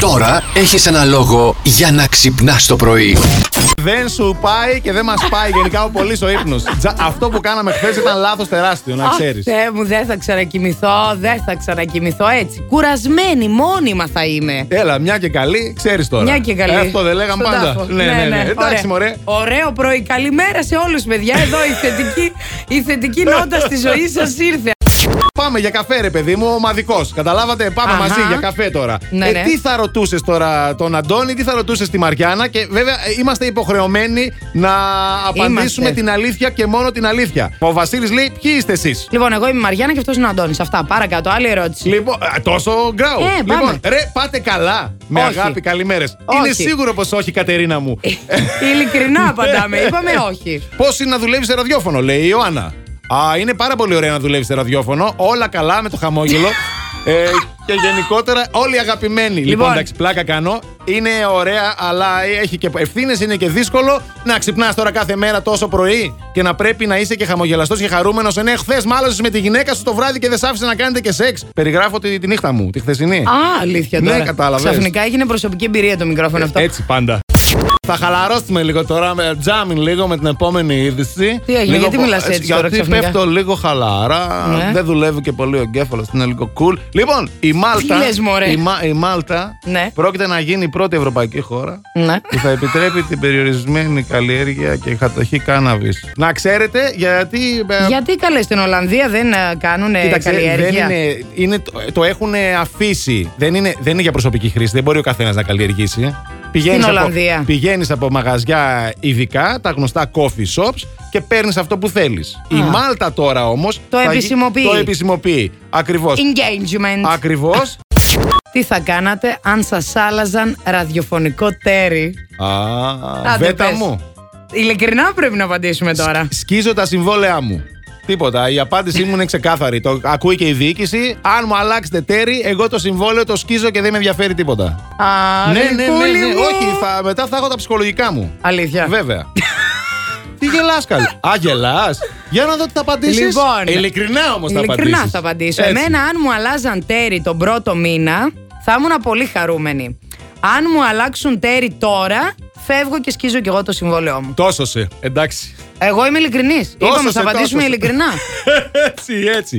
Τώρα έχεις ένα λόγο για να ξυπνάς το πρωί. Δεν σου πάει και δεν μας πάει γενικά ο πολύς ο ύπνος. Αυτό που κάναμε χθες ήταν λάθος τεράστιο, να Αχ, ξέρεις. Θεέ μου, δεν θα ξανακοιμηθώ, δεν θα ξανακοιμηθώ έτσι. Κουρασμένη, μόνιμα θα είμαι. Έλα, μια και καλή, ξέρεις τώρα. Μια και καλή. Ε, Αυτό δεν λέγαμε Στον πάντα. τάφο. Ναι, ναι, ναι. Εντάξει, Ωραία. μωρέ. Ωραίο πρωί. Καλημέρα σε όλους, παιδιά. Εδώ η θετική, η θετική νότα στη ζωή σας ήρθε. Πάμε για καφέ, ρε παιδί μου, ομαδικό. Καταλάβατε, πάμε Αχα. μαζί για καφέ τώρα. Ναι, ε, ναι. Τι θα ρωτούσες τώρα τον Αντώνη, τι θα ρωτούσες τη Μαριάννα και βέβαια ε, είμαστε υποχρεωμένοι να απαντήσουμε Είμαστε. την αλήθεια και μόνο την αλήθεια. Ο Βασίλης λέει, ποιοι είστε εσείς. Λοιπόν, εγώ είμαι η Μαριάννα και αυτός είναι ο Αντώνης. Αυτά. Παρακάτω, άλλη ερώτηση. Λοιπόν, α, τόσο γκράου. Ε, πάμε. λοιπόν, ρε, πάτε καλά. Με Όχι. αγάπη, καλημέρες. Είναι Όχι. Ε. σίγουρο πως όχι, Κατερίνα μου. Ειλικρινά απαντάμε. Ναι. Είπαμε όχι. Πώς είναι να δουλεύεις σε ραδιόφωνο, λέει η Ιωάννα. Α, είναι πάρα πολύ ωραία να δουλεύεις σε ραδιόφωνο. Όλα καλά με το χαμόγελο. ε, και γενικότερα όλοι αγαπημένοι. Λοιπόν, Λοιπόν. εντάξει, πλάκα κάνω. Είναι ωραία, αλλά έχει και ευθύνες, είναι και δύσκολο να ξυπνάς τώρα κάθε μέρα τόσο πρωί και να πρέπει να είσαι και χαμογελαστός και Ε, χαρούμενο. Ενώ χθε μάλωσε με τη γυναίκα σου το βράδυ και δεν σ' άφησε να κάνετε και σεξ. Περιγράφω τη, τη νύχτα μου, τη χθεσινή. Α, αλήθεια Ναι, τώρα. κατάλαβες. Ξαφνικά έγινε προσωπική εμπειρία το μικρόφωνο αυτό. Ε, Έτσι πάντα. Θα χαλαρώσουμε λίγο τώρα, με τζάμιν λίγο με την επόμενη είδηση. Τι έγινε, Λίγο γιατί πο- μιλάς έτσι τώρα Γιατί ξαφνικά? πέφτω λίγο χαλαρά, Ναι. δεν δουλεύει και πολύ ο εγκέφαλος, είναι λίγο cool. Λοιπόν, η Μάλτα, λες, μωρέ? η, Μα- η Μάλτα Ναι. πρόκειται να γίνει η πρώτη ευρωπαϊκή χώρα Ναι. που θα επιτρέπει την περιορισμένη καλλιέργεια και κατοχή κάναβης. Να ξέρετε, γιατί... ε, Γιατί καλές στην Ολλανδία δεν κάνουν Κοίταξε, Ε, καλλιέργεια. δεν είναι, είναι, το, το έχουν αφήσει. Δεν είναι, δεν είναι για προσωπική χρήση. Δεν μπορεί ο καθένας να καλλιεργήσει. Πηγαίνεις Ολλανδία. Από, πηγαίνεις από μαγαζιά ειδικά, τα γνωστά coffee shops και παίρνεις αυτό που θέλεις. Η Μάλτα τώρα όμως... Το θα γι- επισημοποιεί. Το επισημοποιεί. Ακριβώς. Engagement. Ακριβώς. Τι θα κάνατε αν σας άλλαζαν ραδιοφωνικό τέρι. Α, Άντε, βέτα πες. μου. Ειλικρινά πρέπει να απαντήσουμε τώρα. Σκίζω τα συμβόλαιά μου. Τίποτα. Η απάντησή μου είναι ξεκάθαρη. Το ακούει και η διοίκηση. Αν μου αλλάξετε τέρι, εγώ το συμβόλαιο το σκίζω και δεν με ενδιαφέρει τίποτα. Α, ναι, ναι, ναι, γλυκούλη ναι. μου. Όχι, θα, μετά θα έχω τα ψυχολογικά μου. Αλήθεια. Βέβαια. Τι γελάς, καλή. Α, γελάς. Για να δω τι θα απαντήσεις. Λοιπόν. Ειλικρινά όμως θα απαντήσει. Ειλικρινά θα απαντήσω. Εμένα, αν μου αλλάζαν τέρι τον πρώτο μήνα, θα ήμουν πολύ χαρούμενη. Αν μου αλλάξουν τέρι τώρα, φεύγω και σκίζω κι εγώ το συμβόλαιό μου. Τόσο σε. Εντάξει. Εγώ είμαι ειλικρινής. Τόσο Είπαμε, σε, θα τόσο απαντήσουμε σε. ειλικρινά. έτσι, έτσι.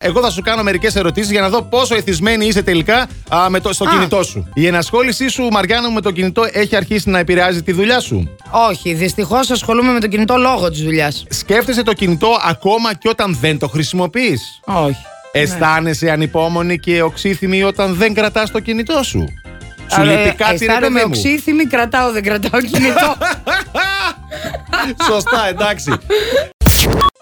Εγώ θα σου κάνω μερικές ερωτήσεις για να δω πόσο εθισμένη είσαι τελικά α, με το, στο Α. κινητό σου. Η ενασχόλησή σου, Μαριάννα μου, με το κινητό έχει αρχίσει να επηρεάζει τη δουλειά σου. Όχι, δυστυχώς ασχολούμαι με το κινητό λόγο της δουλειάς. Σκέφτεσαι το κινητό ακόμα και όταν δεν το χρησιμοποιείς. Όχι. Αισθάνεσαι ανυπόμονη και οξύθυμη όταν δεν κρατάς το κινητό σου. Σου Αλλά λείπει κάτι ρε αισθάνομαι παιδί μου. οξύθυμη, κρατάω, δεν κρατάω κινητό. Σωστά, εντάξει.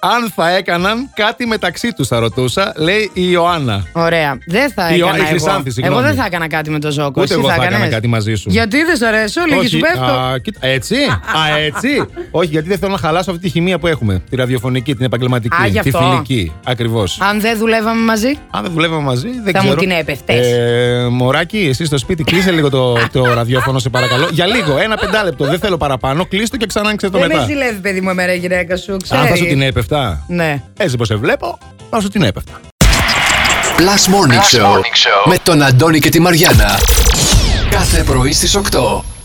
Αν θα έκαναν κάτι μεταξύ τους, θα ρωτούσα, λέει η Ιωάννα. Ωραία. Δεν θα Η Ιω- η έκανα. Εγώ. Χρυσάνθη, συγγνώμη. εγώ δεν θα έκανα κάτι με το ζόκο. Ούτε Εσύ εγώ θα έκανα έκανες? κάτι μαζί σου. Γιατί δεν σ' αρέσω, λίγη σου πέφτω. α, κοίτα, έτσι. Α, έτσι. Όχι, γιατί δεν θέλω να χαλάσω αυτή τη χημεία που έχουμε. Τη ραδιοφωνική, την επαγγελματική, Α, γι' τη αυτό. φιλική. Ακριβώς. Αν δεν δουλεύαμε μαζί. Αν δεν δουλεύαμε μαζί, δεν Θα μου ξέρω. την έπεφτες. Ε, μωράκι, εσύ στο σπίτι, κλείσε λίγο το, το ραδιόφωνο, σε παρακαλώ. Για λίγο, ένα πεντάλεπτο. Δεν θέλω παραπάνω. Κλείστο και ξανά άνοιξε το δεν μετά. με ζηλεύει, παιδί μου, εμένα η γυναίκα σου. Ξέρει. Αν θα σου την έπεφτα. Ναι. Έτσι πως σε βλέπω, θα σου την έπεφτα. Plus Morning, Show, με τον Αντώνη και τη Μαριάνα. Κάθε πρωί στις 8.